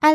艾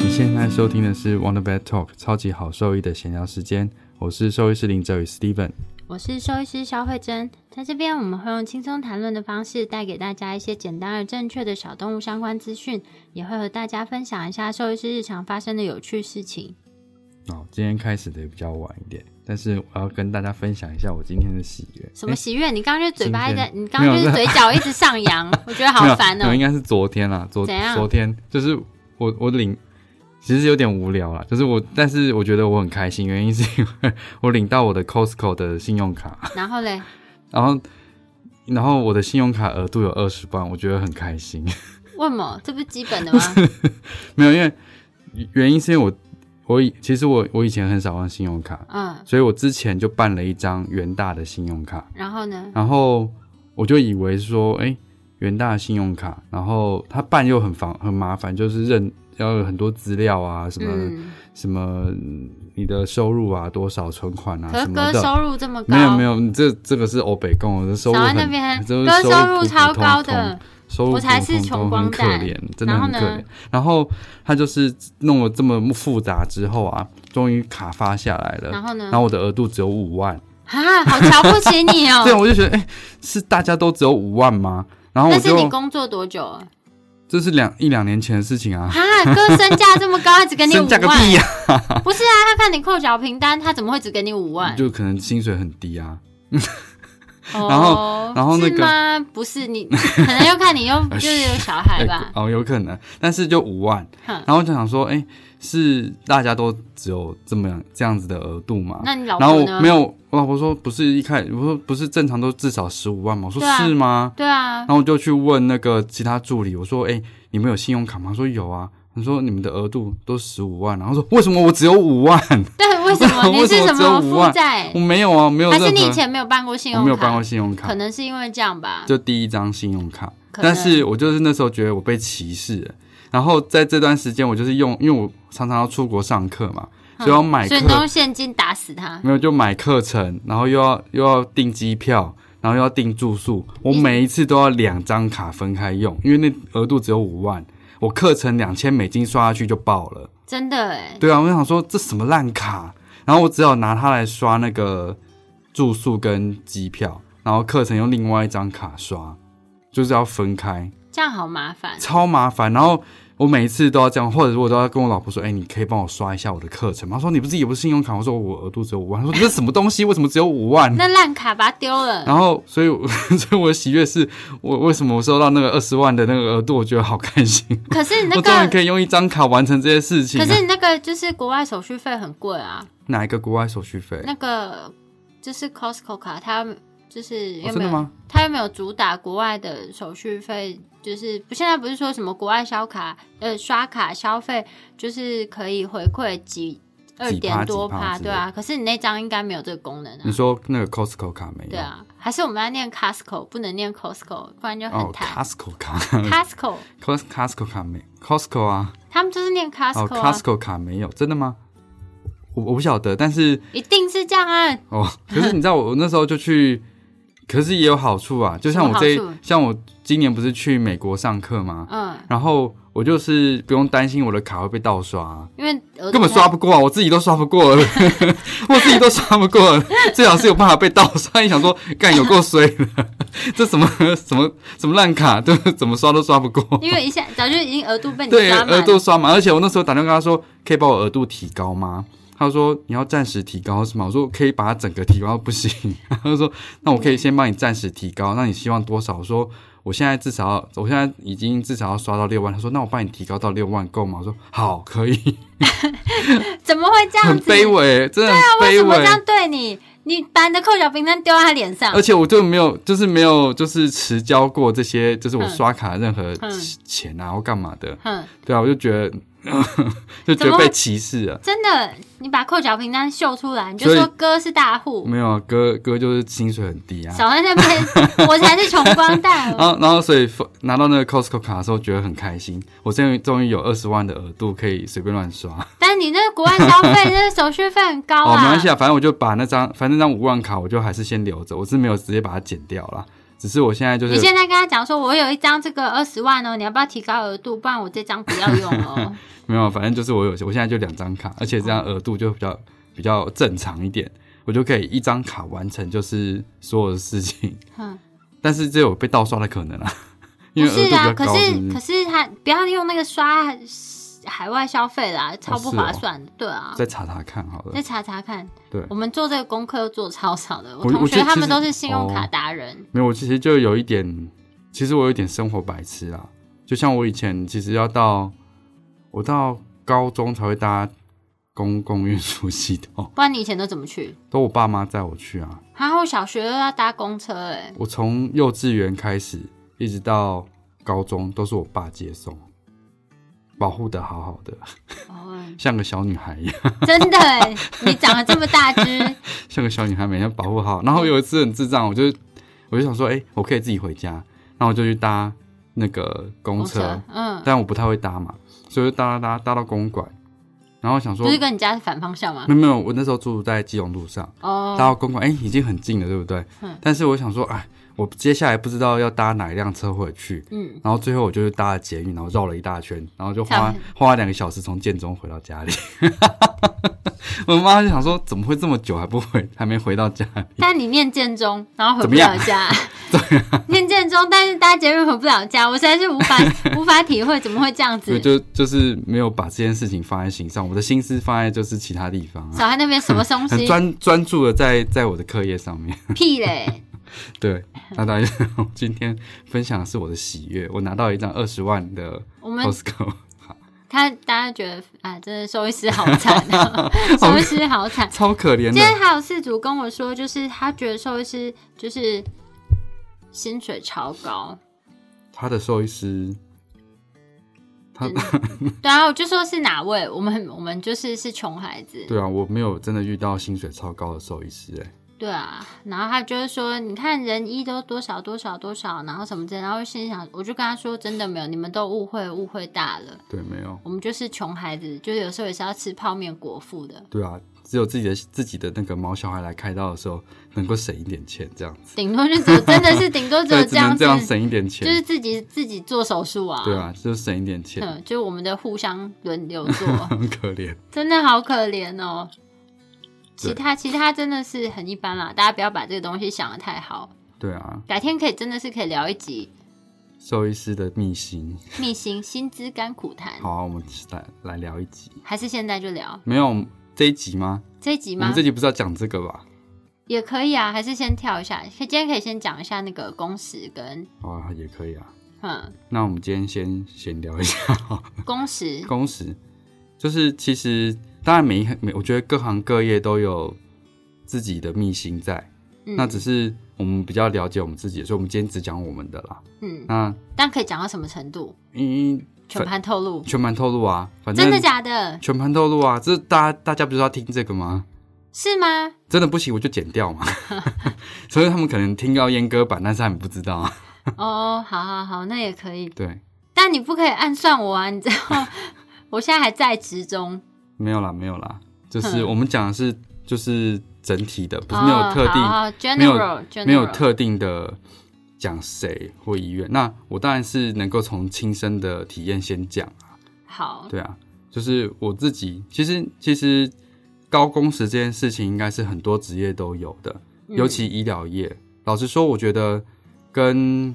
你现在收听的是《Wonder Vet Talk》超级好兽医的闲聊时间，我是兽医师林哲宇 Steven。我是兽医师肖慧珍，在这边我们会用轻松谈论的方式带给大家一些简单而正确的小动物相关资讯，也会和大家分享一下兽医师日常发生的有趣事情。哦，今天开始的比较晚一点，但是我要跟大家分享一下我今天的喜悦。什么喜悦？你刚刚就嘴巴一直在，哎今天你刚刚就是嘴角一直上 扬，我觉得好烦没有哦、没有应该是昨天啦，昨怎样昨天就是我我领，其实有点无聊啦，就是我，但是我觉得我很开心，原因是因为 我领到我的 Costco 的信用卡，然后嘞，然后然后我的信用卡额度有二十万，我觉得很开心。 为什么？这不是基本的吗？没有，因为原因是因为我我以其实我我以前很少用信用卡，嗯，所以我之前就办了一张元大的信用卡，然后呢？然后我就以为说，哎、元大的信用卡，然后它办又很烦很麻烦，就是认要有很多资料啊，什么、嗯，什么嗯你的收入啊，多少存款啊可什是么哥的。收入这么高，没有没有，你这这个是欧北共，我的收入少在很那边，这是哥收收入入普超普通高通的，收入我才是普通穷都光很可蛋怜，真的然后很可呢怜。然后他就是弄了这么复杂之后啊，终于卡发下来了。然后呢然后我的额度只有五万，啊，好瞧不起你 哦、对，我就觉得，哎、是大家都只有五万吗？然后我但是就你工作多久啊？这是两一两年前的事情啊，啊，哥身价这么高，他只给你五 身价万个，屁呀、不是啊？他看你扣缴凭单，他怎么会只给你五万？就可能薪水很低啊，然然然后那是个吗？不是你， 可能又看你又就是有小孩哎 吧？哦，有可能，但是就五万，哼然后我就想说，哎、是大家都只有这么样这样子的额度吗？那你老哎然后婆呢我没？有，我老婆说不是一开，我说不是正常都至少十五万吗？我说对啊是吗？对啊然，后我就去问那个其他助理，我说：“哎、你们有信用卡吗？”他说：“有啊。”他说：“你们的额度都十五万。”然后说：“为什么我只有五万？但为什么你 为什是么什只有么五负万债我？没有啊，没有还任何，是你以前没有办过信用卡？我没有办过信用可卡，能是因为这样吧。就第一张信用卡。可能但是我就是那时候觉得我被歧视了。然后在这段时间，我就是用，因为我常常要出国上课嘛，所以要买嗯所课以你都用现金打死他。没有就买课程，然后又要又要订机票，然后又要订住宿，我每一次都要两张卡分开用，因为那额度只有五万，我课程两千美金刷下去就爆了。真的哎，对啊，我就想说这什么烂卡，然后我只好拿它来刷那个住宿跟机票，然后课程用另外一张卡刷，就是要分开，这样好 麻烦。超麻烦。然后。我每一次都要这样，或者是我都要跟我老婆说：“哎、你可以帮我刷一下我的课程吗？”她说：“你不是也不是信用卡？”我说：“我额度只有五万。” 她说：“这是什么东西？为什么只有五万？”那烂卡把它丢了， 然后，所以我，所以我的喜悦是我为什么我收到那个二十万的那个额度，我觉得好开心，可是你那我终于个，可以用一张卡完成这些事情、可啊。是你那个就是国外手续费很贵啊。哪一个国外手续费？那个就是 Costco 卡，它就是又哦真没的有、吗？它又没有主打国外的手续费，就是不现在不是说什么国外消卡呃刷卡消费就是可以回馈几二点多几趴之类的对啊，可是你那张应该没有这个功能啊你，说那个 Costco 卡没有？对啊，还是我们要念 Costco，不能念 Costco，不然就哦很惨。 ，Costco 卡 Costco， ，Cos Costco 卡没，Costco 啊，他们就是念哦 Costco 啊， ，Costco 卡没有，真的吗？我我不晓得，但是一定是这样啊，哦，可是你知道我那时候就去，可是也有好处啊，就像我这什么好处像我今年不是去美国上课吗？嗯，然后我就是不用担心我的卡会被盗刷啊、因为额度根本太刷不过啊，我自己都刷不过了， 我自己都刷不过了，最好是有办法被盗刷。一想说，干有够衰的， 这什么什么什么烂卡，对，怎么刷都刷不过。因为一下早就已经额度被你对，刷满了，额度刷满，而且我那时候打电话跟他说，可以把我额度提高吗？他说你要暂时提高是吗？我说可以把它整个提高，不行。 他说那我可以先帮你暂时提高，那你希望多少？我说我现在至少要，我现在已经至少要刷到六万。他说那我帮你提高到六万够吗？我说好，可以。怎么会这样很子？啊卑微，真的很为什卑么这样嗯微。对你？你把你的扣缴凭单丢到他脸上而，且我就没有，就是没有，就是迟交过这些，就是我嗯刷卡任何嗯钱啊或干嘛的，哼，对啊，我就觉得 就觉怎么得会被歧视了。真的，你把扣缴凭单秀出来，你就所以说哥是大户，没有啊，哥哥就是薪水很低啊，小恩那 边我才是穷光蛋然。后然后所以拿到那个 Costco 卡的时候觉得很开心，我终于终于有二十万的额度可以随便乱刷。但你那个国外消费，那个手续费很高哦，没啊关系。啊，反正我就把那张，反正那张五万卡我就还是先留着，我是没有直接把它剪掉啦，只是我现在就你是现在跟他讲说，我有一张这个二十万哦，你要不要提高额度？不然我这张不要用哦。没有，啊反正就是我有，我现在就两张卡，而且这样额度就比较比较正常一点，我就可以一张卡完成就是所有的 事情。嗯，但是这有被盗刷的可能啊， 因不为额度比是啊，较可高，是是不可是？是他不要用那个刷海海外消费啦，超不划算哦的。对啊，再查查看好了再。查查看。对我们做这个功课又做超少的，我我同我学觉得他其们实都是信用卡哦达人。没有，我其实就有一点，其实我有一点生活白痴啦。就像我以前其实要到我到高中才会搭公共运输系统，不然你以前都怎么去？都我爸妈载我去啊。然后小学又要搭公车、欸，我从幼稚园开始，一直到高中，都是我爸接送，保护的好好的，哦，像个小女孩一样，真的、 欸，你长得这么大只，像个小女孩，每天保护好。然后有一次很智障，我就我就想说，哎、我可以自己回家，那我就去搭那个公车，，嗯，但我不太会搭嘛，所以我就搭搭搭搭到公馆，然后想说不，是跟你家是反方向吗没？有没有，我那时候住在基隆路上。搭哦，到公馆，哎、已经很近了，对不对？嗯但是我想说，哎，我接下来不知道要搭哪一辆车回去，嗯，然后最后我就是搭了捷运，然后绕了一大圈，然后就这样花花了两个小时从建中回到家里。 我妈就想说，怎么会这么久还不回， 还没回到家？但你念建中，然后回怎不么了样啊家， 念建中，但是搭捷运回不了家，我实在是无 法无法体会怎么会这样所以子。就就是没有把这件事情放在心上，我的心思放在就是其他地方啊，小孩那边什么东很西专专注的在在我的课业上面。屁嘞？对，那当然，今天分享的是我的喜悦，我拿到一张二十万的我们 Costco 他大家觉得啊，真的兽医师好惨啊， 兽医师好惨。超可怜今天的。还有事主跟我说，就是他觉得兽医师就是薪水超高，他的兽医师，他嗯对啊，我就说是哪位，我们我们就是是穷孩子，对啊，我没有真的遇到薪水超高的兽医师、欸，对啊，然后他就是说，你看人医都多少多少多少，然后什么之类的，然后我心里想，我就跟他说，真的没有，你们都误会，误会大了，对，没有，我们就是穷孩子，就是有时候也是要吃泡面果腹的，对啊，只有自己的自己的那个毛小孩来开刀的时候，能够省一点钱这样子，顶多就只有真的是顶多只有对，这只样能子这，样省一点钱，就是自己自己做手术啊，对，啊，就省一点钱，嗯，就是我们的互相轮流做， 很可怜。真的好可怜哦。其对他其他真的是很一般啦，大家不要把这个东西想的太好。对啊，改天可以真的是可以聊一集兽医师的秘辛，秘辛薪资甘苦谈，好啊，我们来来聊一集，还是现在就聊没有这一集吗？这一集我吗们这？集不是要讲这个吧？也可以啊，还是先跳一下。可今天可以先讲一下那个工时跟好啊，也可以啊。嗯那我们今天先闲聊一下好了工时，工时，就是其实当然每一行每，我觉得各行各业都有自己的秘辛在，嗯那只是我们比较了解我们自己，所以我们今天只讲我们的啦。嗯，那但可以讲到什么程度？嗯，全盘透露，全盘透露啊，反正真的假的？全盘透露啊，这大家大家不是要听这个吗？是吗？真的不行，我就剪掉嘛。 所以他们可能听到阉割版，但是他们不知道啊。哦，好好好，那也可以。对，但你不可以暗算我啊，你知道， 我现在还在职中。没有啦，没有啦，就是哼我们讲的是就是整体的，不是哦没有特定。好好没有 general，general 没有特定的讲谁或医院。那我当然是能够从亲身的体验先讲啊，好，对啊，就是我自己。其实其实高工时这件事情应该是很多职业都有的，嗯尤其医疗业。老实说，我觉得跟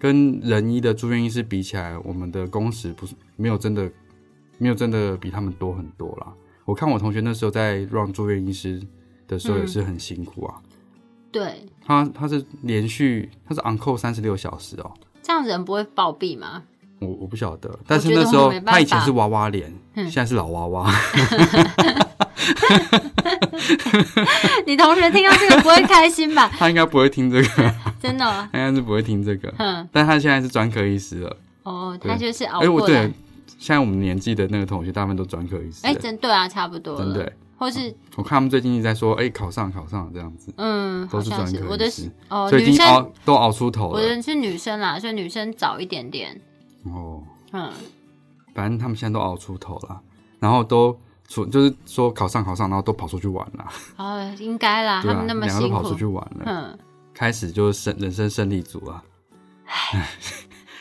跟人医的住院医师比起来，我们的工时不是没有真的没有真的比他们多很多啦。我看我同学那时候在让住院医师的时候也嗯是很辛苦啊，对，他他是连续他是 on call 三十六小时哦，这样人不会暴毙吗？我我不晓得，但是我觉得那时我候没办法他以前是娃娃脸， 嗯现在是老娃娃，你同学听到这个不会开心吧？他应该不会听这个， 真的哦，他应该是不会听这个。哼，但他现在是专科医师了。哦，对他就是熬哎、我过对来。，现在我们年纪的那个同学，大部分都专科医师。哎，真对啊，差不多真的了。欸，或是我看他们最近一直在说，哎、考上考上这样子，嗯，哦都好是像专是科我医的师，哦，所以已女经熬生，都熬出头我了。的是女生啦，所以女生早一点点。哦，嗯，反正他们现在都熬出头了，然后都出就是说考上考上，然后都跑出去玩了，哦，应该啦，对他啊，们那么两个都辛跑出去苦。玩了，嗯，开始就是胜人生胜利组啊。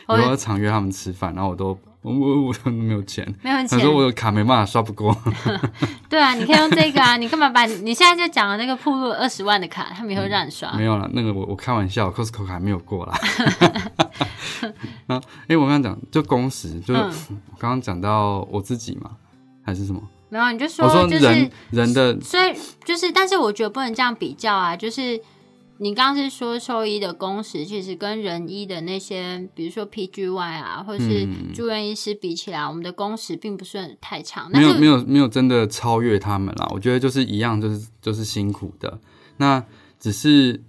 有我时候常约他们吃饭，然后我都我我我都没有钱，没有他钱。说我有卡没办法刷不过， 对啊，你可以用这个啊，你干嘛把你你现在就讲了那个铺路二十万的卡，他们以后让你刷嗯没。有啦，那个我我开玩笑，Costco 卡没有过啦。 然后，哎、我刚刚讲就工时，就是嗯我刚刚讲到我自己嘛，还是什么？没有，你就我说就人是，人的所以就是，但是我觉得不能这样比较啊。就是你刚刚是说兽医的工时，其实跟人医的那些，比如说 PGY 啊，或是嗯住院医师比起来，我们的工时并不是很太长。没有没有，有没有真的超越他们啦，我觉得就是一样，就是就是辛苦的。那只是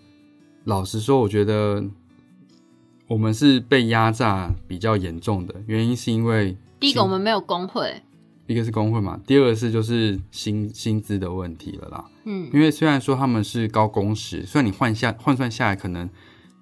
老实说，我觉得我们是被压榨比较严重的，原因是因为第一个我们没有工会，一个是工会嘛，第二个是就是薪薪资的问题了啦。嗯因为虽然说他们是高工时，虽然你换下换算下来，可能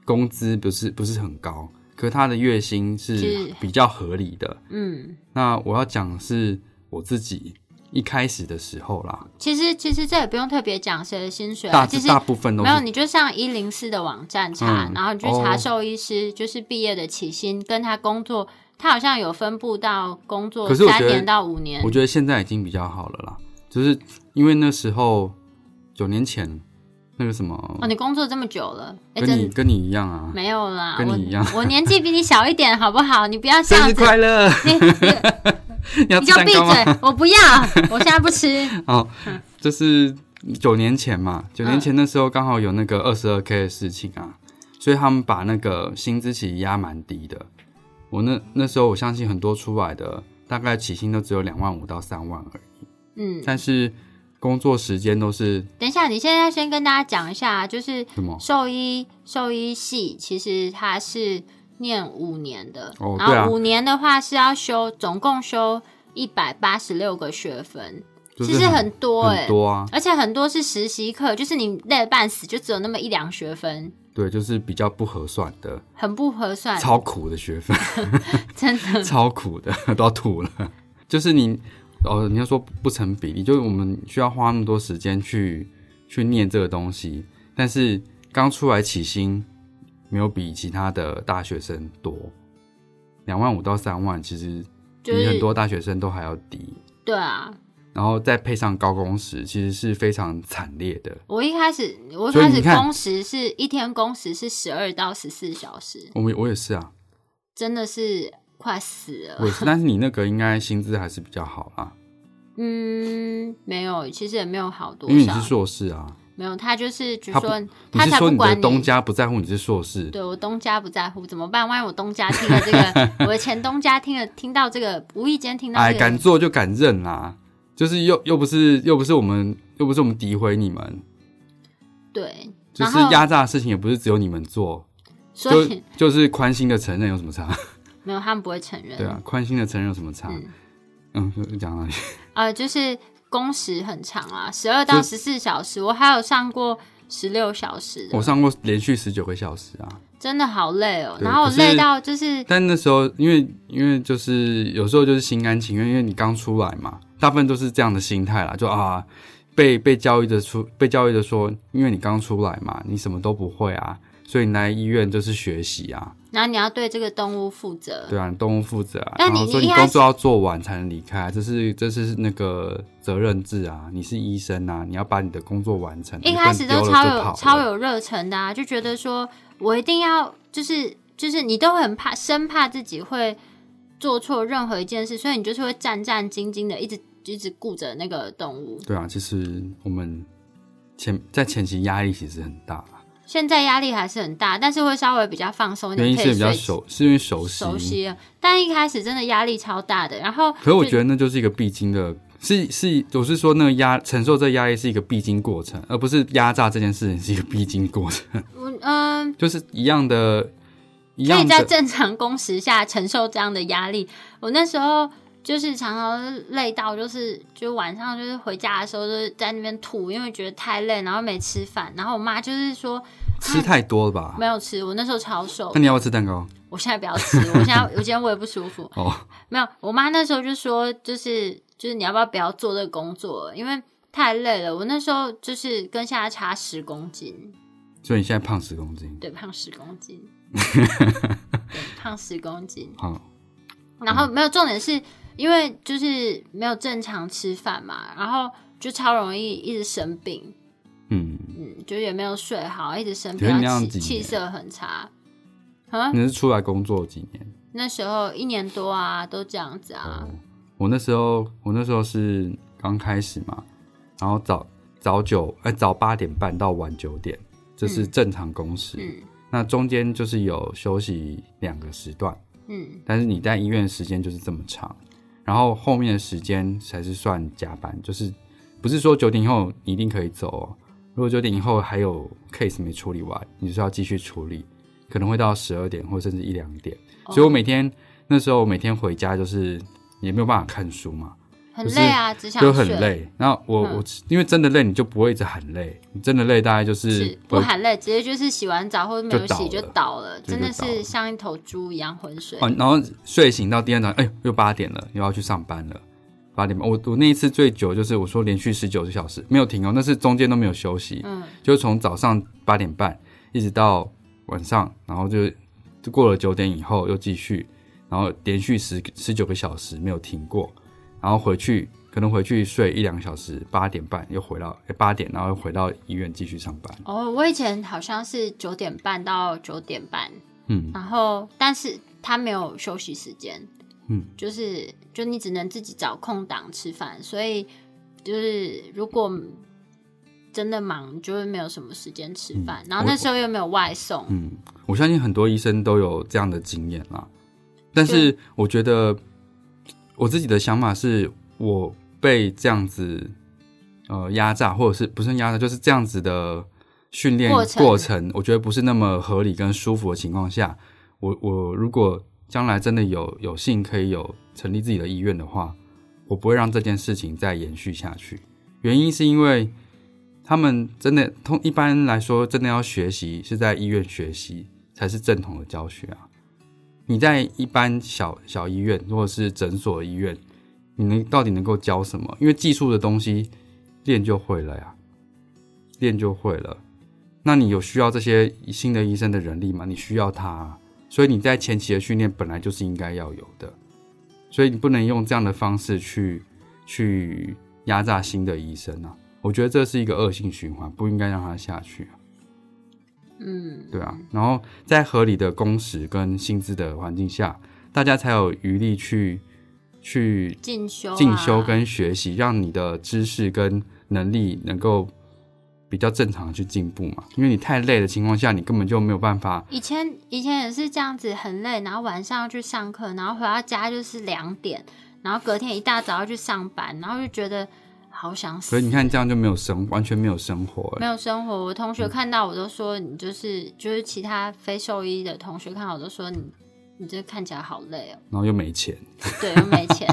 工资不是不是很高，可他的月薪是是比较合理的。嗯。那我要讲的是我自己一开始的时候啦，其实其实这也不用特别讲谁的薪水啊，大其实大部分都没有，是你就上一零四的网站查，嗯然后你去查哦兽医师、就是毕业的起薪，跟他工作，他好像有分布到工作可是我觉三得年到五年我，觉得现在已经比较好了啦，就是因为那时候九年前那个什么，哦，你工作这么久了，哎、跟你真的跟你一样啊，没有啦，跟你一样我我年纪比你小一点，好不好？你不要这生样日子，快乐！ 你你你要你吃就蛋闭糕吗？嘴，我不要，我现在不吃。哦，就是九年前嘛，九年前那时候刚好有那嗯个二十二 k 的事情啊，所以他们把那个薪资其实压蛮低的。我那那时候我相信很多出来的大概起薪都只有两万五到三万而已，嗯，但是工作时间都是等一下，你现在先跟大家讲一下，啊就是什么？兽医兽医系其实它是念五年的，哦对啊然后五年的话是要修，总共修一百八十六个学分，就是其实很很多哎、很多啊，而且很多是实习课，就是你累得半死，就只有那么一两学分，对，就是比较不合算的，很不合算，超苦的学 分，真的。超苦的，都要吐了。就是你哦，你要说不成比例，就是我们需要花那么多时间去去念这个东西，但是刚出来起薪没有比其他的大学生多，两万五到三万，其实就比是很多大学生都还要低。对啊，然后再配上高工时，其实是非常惨烈的。我一开始我一所以开你始看工时是一天工时是十二到十四小时，我们我也是啊，真的是快死了。我 也是，但是你那个应该薪资还是比较好啦，嗯，没有，其实也没有好多因为你少是，硕士啊，没有他就是就他不说你是才说不你的管东家不在乎你是硕士，对我东家不在乎怎么办？万一我东家听了这个，我的前东家听了听到这个，无意间听到哎，这个敢，做就敢认啦，就是又又不是又不是我们又不是我们诋毁你们，对，就然是后压榨的事情也不是只有你们做，所就以就是宽心的承认有什么差？没有他们不会承认，对啊，宽心的承认有什么差？嗯，讲到呃，就是工时很长啊，十二到十四小时，我还有上过十六小时的我上过连续十九个小时啊，真的好累哦，对然后我可是累到就是但那时候因为因为就是有时候就是心甘情愿，因为你刚出来嘛，大部分都是这样的心态啦，就啊被被教育的出被教育的说，因为你刚出来嘛，你什么都不会啊，所以你来医院就是学习啊，然后你要对这个动物负责，对啊，你动物负责啊，但然后你说一你开工始作要做完才能离开啊，这是这是那个责任制啊，你是医生啊，你要把你的工作完成。一开始你不能都丢超了就有跑超了，有热忱的、啊，就觉得说我一定要就是就是你都很怕生怕自己会做错任何一件事，所以你就是会战战兢兢的一直一直顾着那个动物。对啊，其实我们前在前期压力其实很大啦，现在压力还是很大，但是会稍微比较放松一原点，哦因可是以比较睡熟，是因为熟悉。熟悉了。但一开始真的压力超大的，然后可是我就觉得那就是一个必经的是是，我是说那个压承受这压力是一个必经过程，而不是压榨这件事情是一个必经过程， 我嗯，就是一样的，一可以样在的。正常工时下承受这样的压力。我那时候就是常常累到，就是就晚上就是回家的时候就是在那边吐，因为觉得太累，然后没吃饭。然后我妈就是说吃太多了吧？没有吃，我那时候超瘦那，你要不要吃蛋糕？我现在不要吃，我现在我今天胃不舒服。哦，没有，我妈那时候就说，就是就是你要不要不要做这个工作，因为太累了。我那时候就是跟现在差十公斤，所以你现在胖十公斤。对，胖十公 斤，对，胖十公斤。好，然嗯后没有重点是因为就是没有正常吃饭嘛，然后就超容易一直生病，嗯，嗯，就也没有睡好，一直生可是病，你那然样后气几气年嗯色很差。啊，你是出来工作几年？那时候一年多啊，都这样子啊哦，我那时候，我那时候是刚开始嘛，然后早早九，哎、早八点半到晚九点，这是正常工时。嗯那中间就是有休息两个时段，嗯，但是你在医院的时间就是这么长，然后后面的时间才是算加班，就是不是说九点以后你一定可以走、哦，如果九点以后还有 case 没处理完，你就是要继续处理，可能会到十二点或甚至一两点。所以哦我每天那时候我每天回家就是也没有办法看书嘛，很可是累啊，只想就很睡。累。那我、嗯我因为真的累，你就不会一直喊累，你真的累大概就是是不喊累，直接就是洗完澡或者没有洗就就倒了倒了，对真的就倒了是像一头猪一样浑水。哦，然后睡醒到第二天早上，哎呦，又八点了，又要去上班了。八点半，我我那一次最久就是我说连续十九个小时没有停哦，那是中间都没有休息，嗯，就从早上八点半一直到晚上，然后就就过了九点以后又继续，然后连续十十九个小时没有停过，然后回去可能回去睡一两个小时，八点半又回到哎八点，然后又回到医院继续上班。哦，我以前好像是九点半到九点半，嗯，然后但是他没有休息时间，嗯，就是就你只能自己找空档吃饭，所以就是如果真的忙，就会没有什么时间吃饭。然后那时候又没有外送，嗯，我相信很多医生都有这样的经验啦。但是我觉得我自己的想法是，我被这样子呃压榨，或者是不是压榨，就是这样子的训练过程过程，我觉得不是那么合理跟舒服的情况下，我我如果将来真的有有幸可以有成立自己的医院的话，我不会让这件事情再延续下去。原因是因为他们真的通一般来说，真的要学习是在医院学习才是正统的教学啊。你在一般小小医院或者是诊所医院，你能到底能够教什么？因为技术的东西练就会了呀，练就会了。那你有需要这些新的医生的人力吗？你需要他啊、所以你在前期的训练本来就是应该要有的，所以你不能用这样的方式去去压榨新的医生啊。我觉得这是一个恶性循环，不应该让它下去啊、嗯，对啊，然后在合理的工时跟薪资的环境下，大家才有余力去去进修、啊、进修跟学习，让你的知识跟能力能够比较正常地去进步嘛。因为你太累的情况下，你根本就没有办法。以前以前也是这样子，很累，然后晚上要去上课，然后回到家就是两点，然后隔天一大早要去上班，然后就觉得好想所死以。你看，这样就没有生，完全没有生活了。没有生活，我同嗯学看到我都说你就是就是其他非兽医的同学看到我都说你你这看起来好累哦， 然后又没钱，对，又没 钱，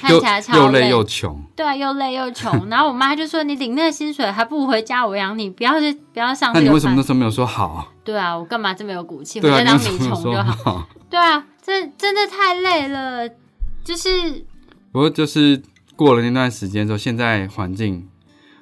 看又起来又超累又穷，对啊，又累又 穷。然后我妈就说你领那个薪水还不如回家我养你，不要去不要上那这你个为什么那班。时候没有说好？对啊，我干嘛这么有骨气？对回啊，家你为当什米么没有虫就说好。好？对啊，这真的太累了，就是不过就是过了那段时间之后，现在环境，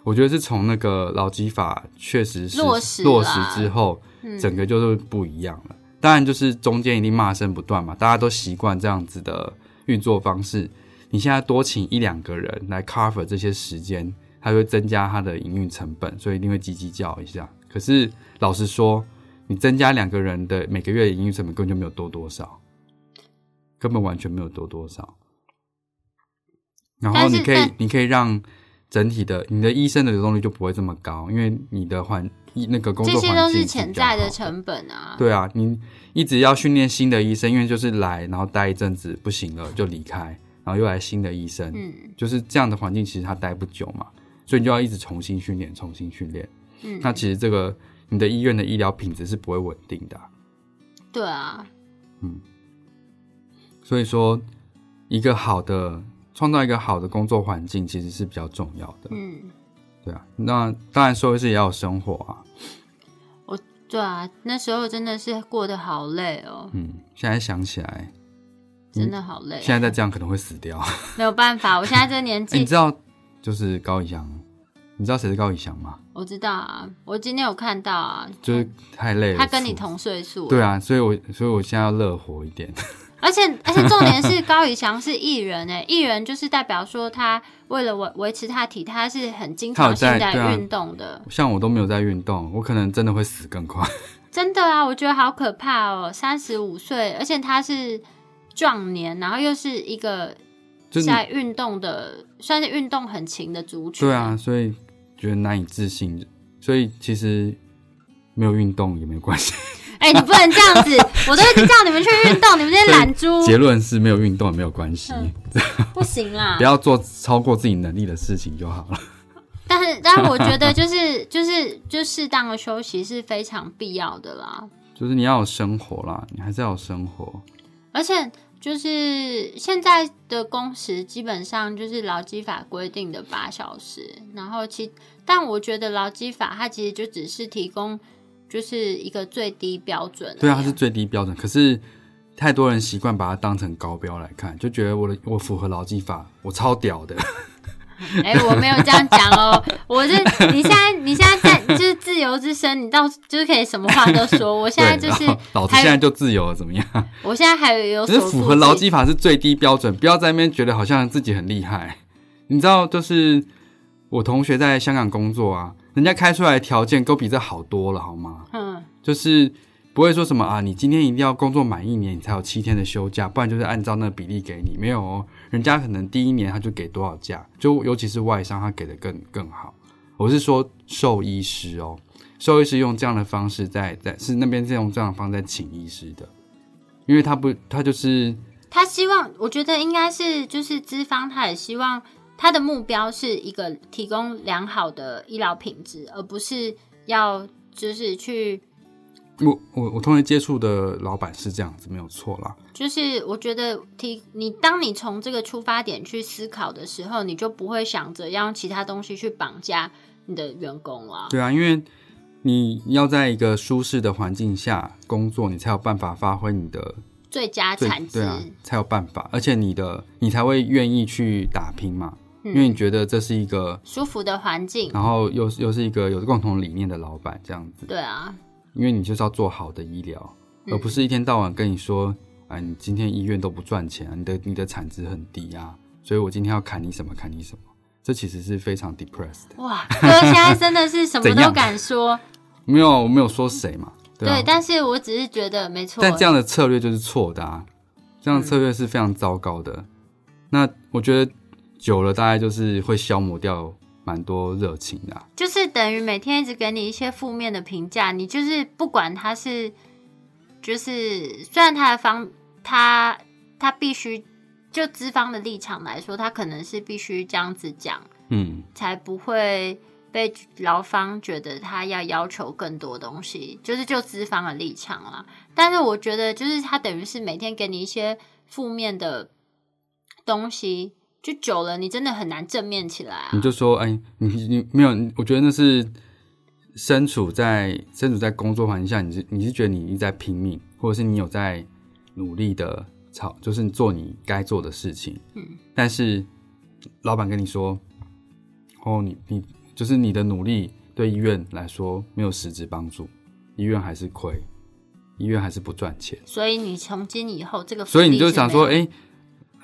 我觉得是从那个劳基法确实是落实啦落实之后，嗯整个就是不一样了。当然，就是中间一定骂声不断嘛，大家都习惯这样子的运作方式。你现在多请一两个人来 cover 这些时间，它会增加它的营运成本，所以一定会叽叽叫一下。可是老实说，你增加两个人的每个月的营运成本根本就没有多多少，根本完全没有多多少。然后但是你可以但，你可以让整体的你的医生的流动率就不会这么高，因为你的环医那个工这作环些境都是比潜较在的好成本啊。对啊，你一直要训练新的医生，因为就是来然后待一阵子不行了就离开，然后又来新的医生，嗯就是这样的环境，其实他待不久嘛，所以你就要一直重新训练，重新训练。嗯，那其实这个你的医院的医疗品质是不会稳定的啊、对啊，所以说，一个好的创造一个好的工作环境其实是比较重要的，嗯，对啊。那当然，兽医师也要有生活啊，对啊，那时候真的是过得好累哦，嗯，现在想起来，哎真的好累，嗯现在再这样可能会死掉。没有办法，我现在这个年欸 你纪，知道，就是高以翔，你知道谁是高以翔吗？我知道啊，我今天有看到啊，就是太累了，他跟你。同岁数，对啊，所以我所以我现在要乐活一点。而且而且重点是高以翔是艺人诶、 艺人就是代表说他为了维维持他体态，他是很经他有常性在在对啊运动的，像我都没有在运动，我可能真的会死更快。 真的啊，我觉得好可怕哦，三十五岁，而且他是壮年，然后又是一个就是你在运动的，算是运动很勤的族群，对啊，，所以觉得难以置信。所以其实没有运动也没 关系。哎、你不能这样 子，我都已经叫你们去运动，你们这些懒猪，结论是没有运动也没有关系，嗯不行啦不。要做超过自己能力的事情就好了。但是，但是我觉 得就是就是就适当的休息是非常必要的啦。就是你要有生活啦，你还是要有生活。而且就是现在的工时基本上就是劳基法规定的八小时，然后其但我觉得劳基法它其实就只是提供就是一个最低标准而已。对啊，它是最低标准，可是太多人习惯把它当成高标来看，就觉得我的我符合劳基法，我超屌的。哎、我没有这样讲 哦，我是你现在你现在在就是自由之身，你到就是可以什么话都 说。我现在就是对然后老子还现在就自由了，怎么样？我现在还有有只是所 符顾合忌劳基法是最低标准，不要在那边觉得好像自己很厉害。你知道，就是我同学在香港工作啊，人家开出来的条件都比这好多了，好吗？嗯就是不会说什么啊，你今天一定要工作满一年，你才有七天的休假，不然就是按照那个比例给你。没有哦，人家可能第一年他就给多少假，就尤其是外商，他给的更更好。我是说兽医师哦，兽医师用这样的方式在在是那边是用这样的方式在请医师的，因为他不他就是他希望，我觉得应该是就是资方，他也希望他的目标是一个提供良好的医疗品质，而不是要就是去我我我同学接触的老板是这样子，没有错啦。就是我觉得提你当你从这个出发点去思考的时候，你就不会想着要用其他东西去绑架你的员工啊。对啊，因为你要在一个舒适的环境下工作，你才有办法发挥你的最佳最产值，对啊，才有办法，而且你的你才会愿意去打拼嘛，因为你哦觉得这是一个，嗯舒服的环境，然后又又是一个有共同理念的老板这样子，对啊，因为你就是要做好的医疗，嗯而不是一天到晚跟你说，哎，你今天医院都不赚钱啊，你的你的产值很低啊，所以我今天要砍你什么砍你什么，这其实是非常 depressed 的。 哇，哥现在真的是什么怎都样敢说，没有，我没有说谁嘛，对啊对，，但是我只是觉得没错，但这样的策略就是错的啊，这样的策略是非常糟糕的。那我觉得久了，大概就是会消磨掉蛮多热情的啊、就是等于每天一直给你一些负面的评价，你就是不管他是，就是虽然他的方他他必须就资方的立场来说，他可能是必须这样子讲，嗯，才不会被劳方觉得他要要求更多东西，就是就资方的立场啦。但是我觉得，就是他等于是每天给你一些负面的东西，就久了，你真的很难正面起来啊。你就说，哎，你你没有，我觉得那是身处在身处在工作环境下，你是你是觉得你一直在拼命，或者是你有在努力的操，就是做你该做的事情。嗯，但是老板跟你说，哦，你你就是你的努力对医院来说没有实质帮助，医院还是亏，医院还是不赚钱，所以你从今以后这个，所以你就想说，哎、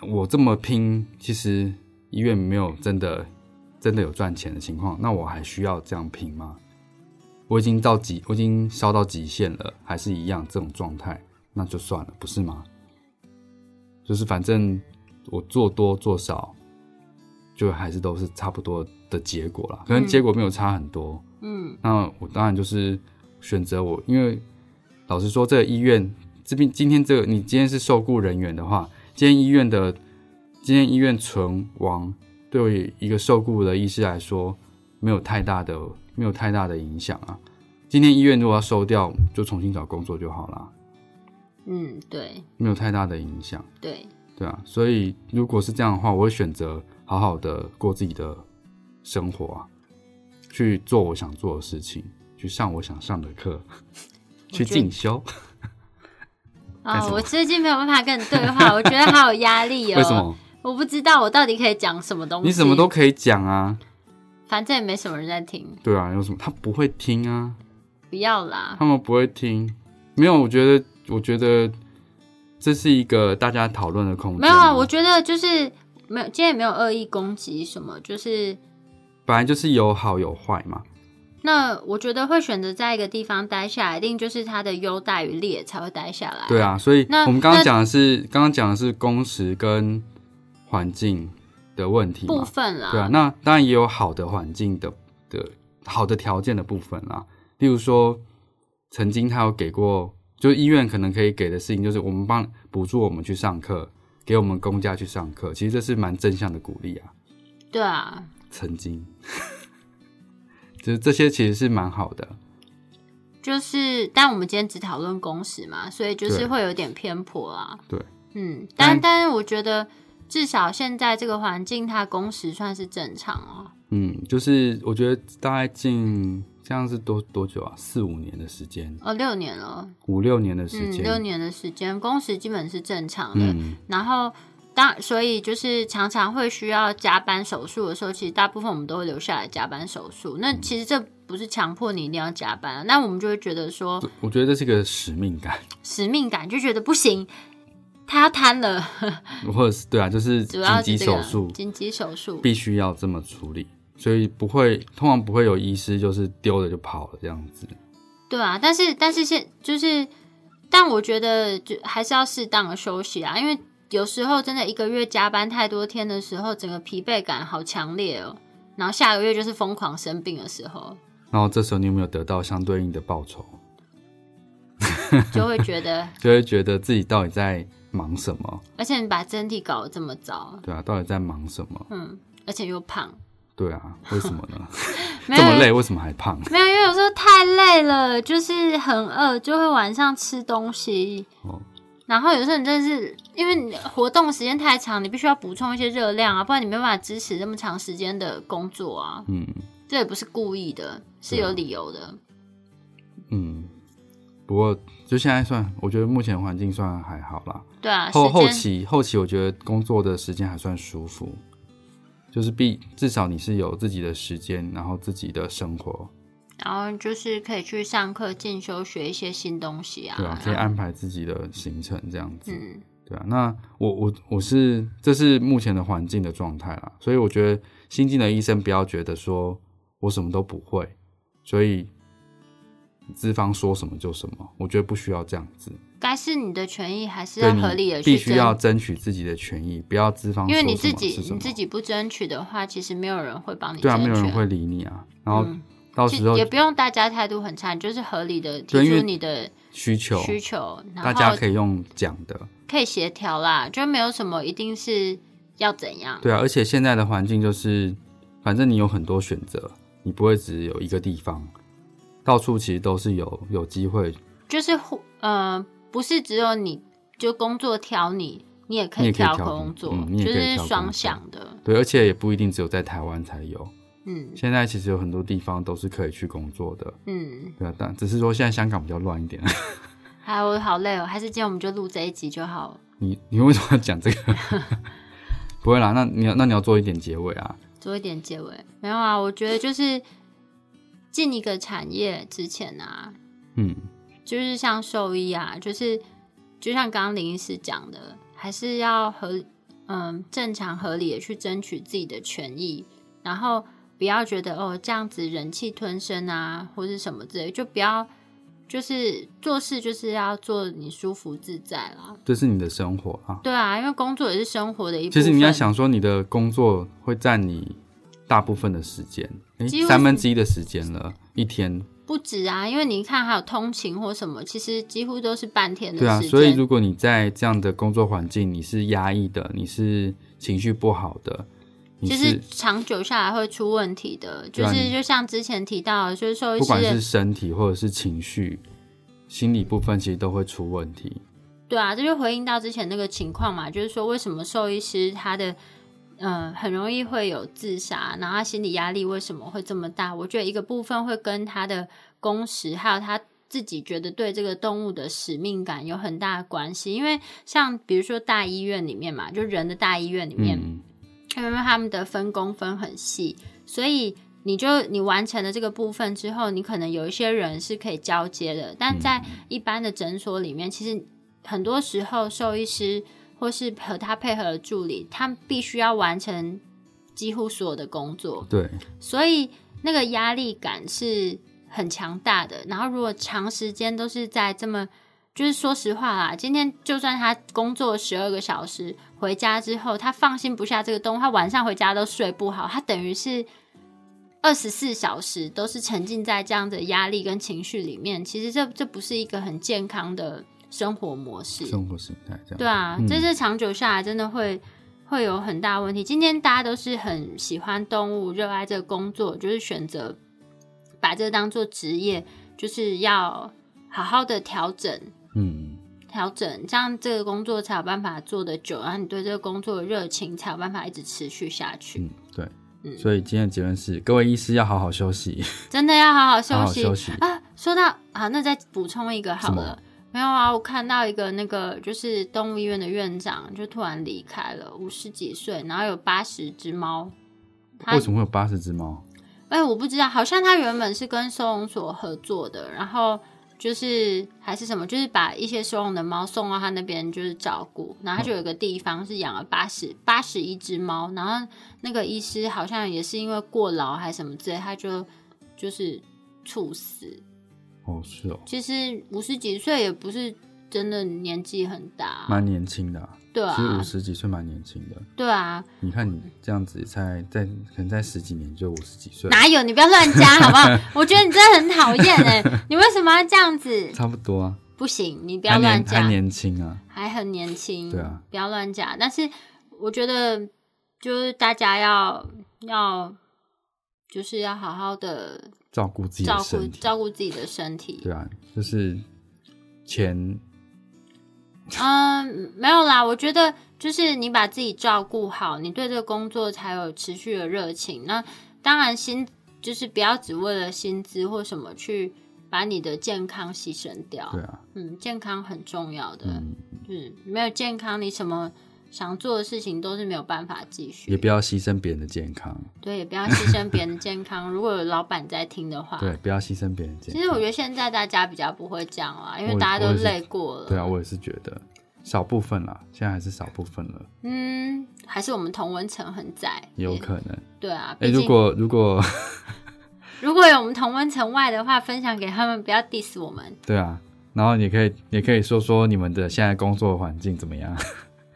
我这么拼，其实医院没有真的真的有赚钱的情况，那我还需要这样拼吗？我已经到极，我已经烧到极限了，还是一样这种状态，那就算了，不是吗？就是反正我做多做少，就还是都是差不多的结果啦，可能嗯结果没有差很多，嗯，那我当然就是选择我，因为老实说，这个医院这边今天这个你今天是受雇人员的话，今天医院的今天医院存亡对于一个受雇的医师来说，没有太大的没有太大的影响啊。今天医院如果要收掉，就重新找工作就好啦，嗯，对没有太大的影响，对，对啊。所以如果是这样的话，我会选择好好的过自己的生活啊，去做我想做的事情，去上我想上的课，去觉得进修。干啊、什么我最近没有办法跟你对话，我觉得好有压力哦。为什？么？我不知道我到底可以讲什么东西。你什么都，可以讲啊，反正也没什么人在听，对啊，有什么他不会听啊，不要啦。他们不会听。没有，我觉得，我觉得这是一个大家讨论的空间。没有啊，我觉得就是没有，今天也没有恶意攻击什么，就是本来就是有好有坏嘛。那我觉得会选择在一个地方待下来，一定就是它的优待与劣才会待下来。对啊，所以那我们刚刚那讲的是，刚刚讲的是工时跟环境的问题部嘛。分啦，对啊，那当然也有好的环境的的好的条件的部分啦，例如说，曾经他有给过，就是医院可能可以给的事情，就是我们帮补助我们去上课，给我们公假去上课，其实这是蛮正向的鼓励啊。对啊，曾经， 就是这些其实是蛮好的，就是但我们今天只讨论工时嘛，所以就是对会有点偏颇啦。对，嗯，但但但是我觉得至少现在这个环境，它工时算是正常哦。嗯，就是我觉得大概近这样是多多久啊？四五年的时间，哦，六年了，五六年的时嗯，间，六年的时间，工时基本是正常的。嗯然后当所以就是常常会需要加班手术的时候，其实大部分我们都会留下来加班手术。那其实这不是强迫你一定要加班啊，那我们就会觉得说我觉得这是个使命感。 使命感，就觉得不行，他要瘫了， 或者是对啊，就是主紧要是急这手个术紧急手术。必须要这么处理，所以不会通常不会有医师就是丢了就跑了这样子。对啊，但是但是现就是，但我觉得就还是要适当的休息啊，因为有时候真的一个月加班太多天的时候，整个疲惫感好强烈哦。然后下个月就是疯狂生病的时候，然后这时候你有没有得到相对应的报酬？就会觉得， 就会觉得自己到底在忙什么？而且你把身体搞得这么糟，对啊，到底在忙什么？嗯，而且又胖，对啊，为什么 呢？没这有么累，为什么还胖？没有，因为有时候太累了，就是很饿，就会晚上吃东西。哦然后有时候你真的是因为你活动时间太长，你必须要补充一些热量啊，不然你没办法支持这么长时间的工作啊。嗯这也不是故意的，是有理由的。嗯。不过就现在算，我觉得目前环境算还好啦。对啊，嗯后时后间期后期，我觉得工作的时间还算舒服，就是必至少你是有自己的时间，然后自己的生活，然后就是可以去上课进修，学一些新东西啊。对啊，可以安排自己的行程这样子，嗯，对啊。那我我我是这是目前的环境的状态啦，所以我觉得新进的医生不要觉得说我什么都不会，所以资方说什么就什么，我觉得不需要这样子，该是你的权益，还是对要你合理的去必须争要争取自己的权益，不要资方因为说你什自么己是什你么自己不争取的话，其实没有人会帮你对争取、啊，没有人会理你啊。然后嗯到就时候也不用大家态度很差，你就是合理的对提因为出你的需求，需求，然大后家可以用讲的。可以协调啦，就没有什么一定是要怎样。对啊，而且现在的环境就是，反正你有很多选择，你不会只有一个地方，到处其实都是有有机会，就是互呃，不是只有你就工作挑你，你也可你也以可以挑工工作，嗯你也就可以是挑双工作向的。对，而且也不一定只有在台湾才有。嗯现在其实有很多地方都是可以去工作的，嗯，对啊，但只是说现在香港比较乱一点。 哎，我好累哦，还是今天我们就录这一集就好了，你你为什么要讲这个？ 不会啦，那你要那你要做一点结尾啊，做一点结尾。没有啊，我觉得就是进一个产业之前啊，嗯，就是像兽医啊，就是就像刚刚林医师讲的，还是要合嗯正常合理的去争取自己的权益，然后不要觉得哦这样子忍气吞声啊，或是什么之类，就不要就是做事就是要做你舒服自在啦。这是你的生活啊。对啊，因为工作也是生活的一部其分。实你要，想说，你的工作会占你大部分的时间，诶几乎是三分之一的时间了，一天不止啊，因为你看还有通勤或什么，其实几乎都是半天的对啊，时间。所以如果你在这样的工作环境，你是压抑的，你是情绪不好的，你就是长久下来会出问题的，对就啊是你就像之前提到的，就是兽医不师管是的，身体或者是情绪、心理部分，其实都会出问题。对啊，这就回应到之前那个情况嘛，就是说为什么兽医师他的呃很容易会有自杀，然后他心理压力为什么会这么大？我觉得一个部分会跟他的工时还有他。自己觉得对这个动物的使命感有很大的关系，因为像比如说大医院里面嘛，就人的大医院里面，嗯，因为他们的分工分很细，所以你就你完成了这个部分之后，你可能有一些人是可以交接的，但在一般的诊所里面，其实很多时候兽医师或是和他配合的助理，他们必须要完成几乎所有的工作，对，所以那个压力感是很强大的。然后如果长时间都是在这么，就是说实话啦，今天就算他工作十二个小时，回家之后他放心不下这个动物，他晚上回家都睡不好，他等于是。二十四小时都是沉浸在这样的压力跟情绪里面，其实这这不是一个很健康的生活模式。生活形态这样。对啊，这是长久下来真的会会有很大问题。今天大家都是很喜欢动物，热爱这个工作，就是选择把这个当做职业，就是要好好的调整。嗯，调整，这样这个工作才有办法做得久，然后你对这个工作的热情才有办法一直持续下去。嗯，对。嗯所以今天的结论是，各位医师要好好休息，真的要好好好休好息休息。啊！说到啊，那再补充一个好什了。没有啊，我看到一个那个就是动物医院的院长就突然离开了，五十几岁，然后有八十只猫。他 为什么会有八十只猫？哎、我不知道，好像他原本是跟收容所合作的，然后就是还是什么，就是把一些收容的猫送到他那边就是照顾，然嗯后他就有一个地方是养了八十八十一只猫，然后那个医师好像也是因为过劳还是什么之类，他就就是猝死。哦，是哦，其实五十几岁也不是真的年纪很大，蛮年轻的、啊，对其实五啊，十几岁蛮年轻的。对啊，你看你这样子才在可能在十几年就五十几岁，哪有你不要乱加好不 好？我觉得你真的很讨厌哎，你为什么要这样子？差不多啊，不行，你不还要乱年加还。年轻啊，还很年轻，对啊，不要乱讲。但是我觉得，就是大家要要，就是要好好的照顾自己照的顾身体，照顾自己的身体。对啊，就是钱嗯，没有啦，我觉得就是你把自己照顾好，你对这个工作才有持续的热情。那当然薪就是不要只为了薪资或什么去把你的健康牺牲掉。对啊，嗯，健康很重要的，嗯，就是没有健康，你什么想做的事情都是没有办法继续。也不要牺牲别人的健康，对，也不要牺牲别人的健康。如果有老板在听的话，对，不要牺牲别人的啊其健康。实我觉得现在大家比较不会这样啦，因为我大家我都也是累过了。对啊，我也是觉得少部分啦，现在还是少部分了，嗯，还是我们同温层很在，也有也可能。对啊。哎、毕如竟果如果 如果有我们同温层外的话，分享给他们，不要 diss 我们。对啊，然后也可以也可以说说你们的现在工作环境怎么样，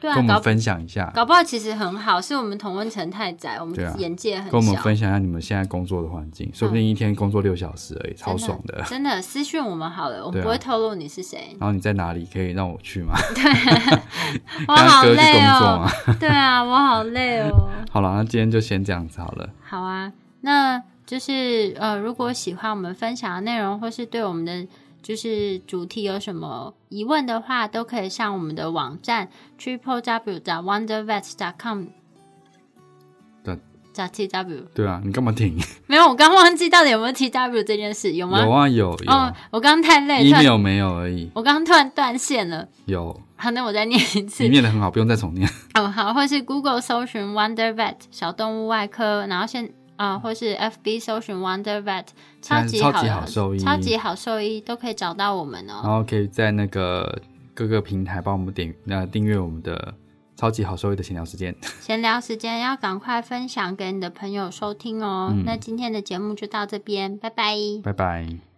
对 跟啊我，们搞分享一下，搞不好其实很好，是我们同温层太窄，我们对啊眼界很跟我们小。分享一下你们现在工作的环境，说不定一天工作六小时而已，超爽的。真的私讯我们好了，我对们啊不会透露你是 谁。然后你在哪里可以让我去吗？ 我让好哥去累工作哦吗，？对啊，我好累哦。好了，那今天就先这样子好了。好啊，那就是呃，如果喜欢我们分享的内容，或是对我们的就是主题有什么疑问的话，都可以上我们的网站 triple w wondervet com 对 t w。对啊，你干嘛停？没有，我刚忘记到底有没有 t w 这件事，有吗？有啊有有、哦，我刚太累， e 突 m a i 然 l 没有而已，我刚突然断线了。有好，那我再念一次你。念的很好，不用再重念。哦，好，或是 Google 搜寻 Wonder Vet 小动物外科，然后现啊、或是 FB 搜寻 Wonder Vet 超级现在是超级好好兽医超级好兽医都可以找到我们然哦。后可以在那个各个平台帮我们点呃订阅我们的超级好收益的闲聊时间。闲聊时间要赶快嗯分享给你的朋友收听哦。那今天的节目就到这边，拜拜。拜拜。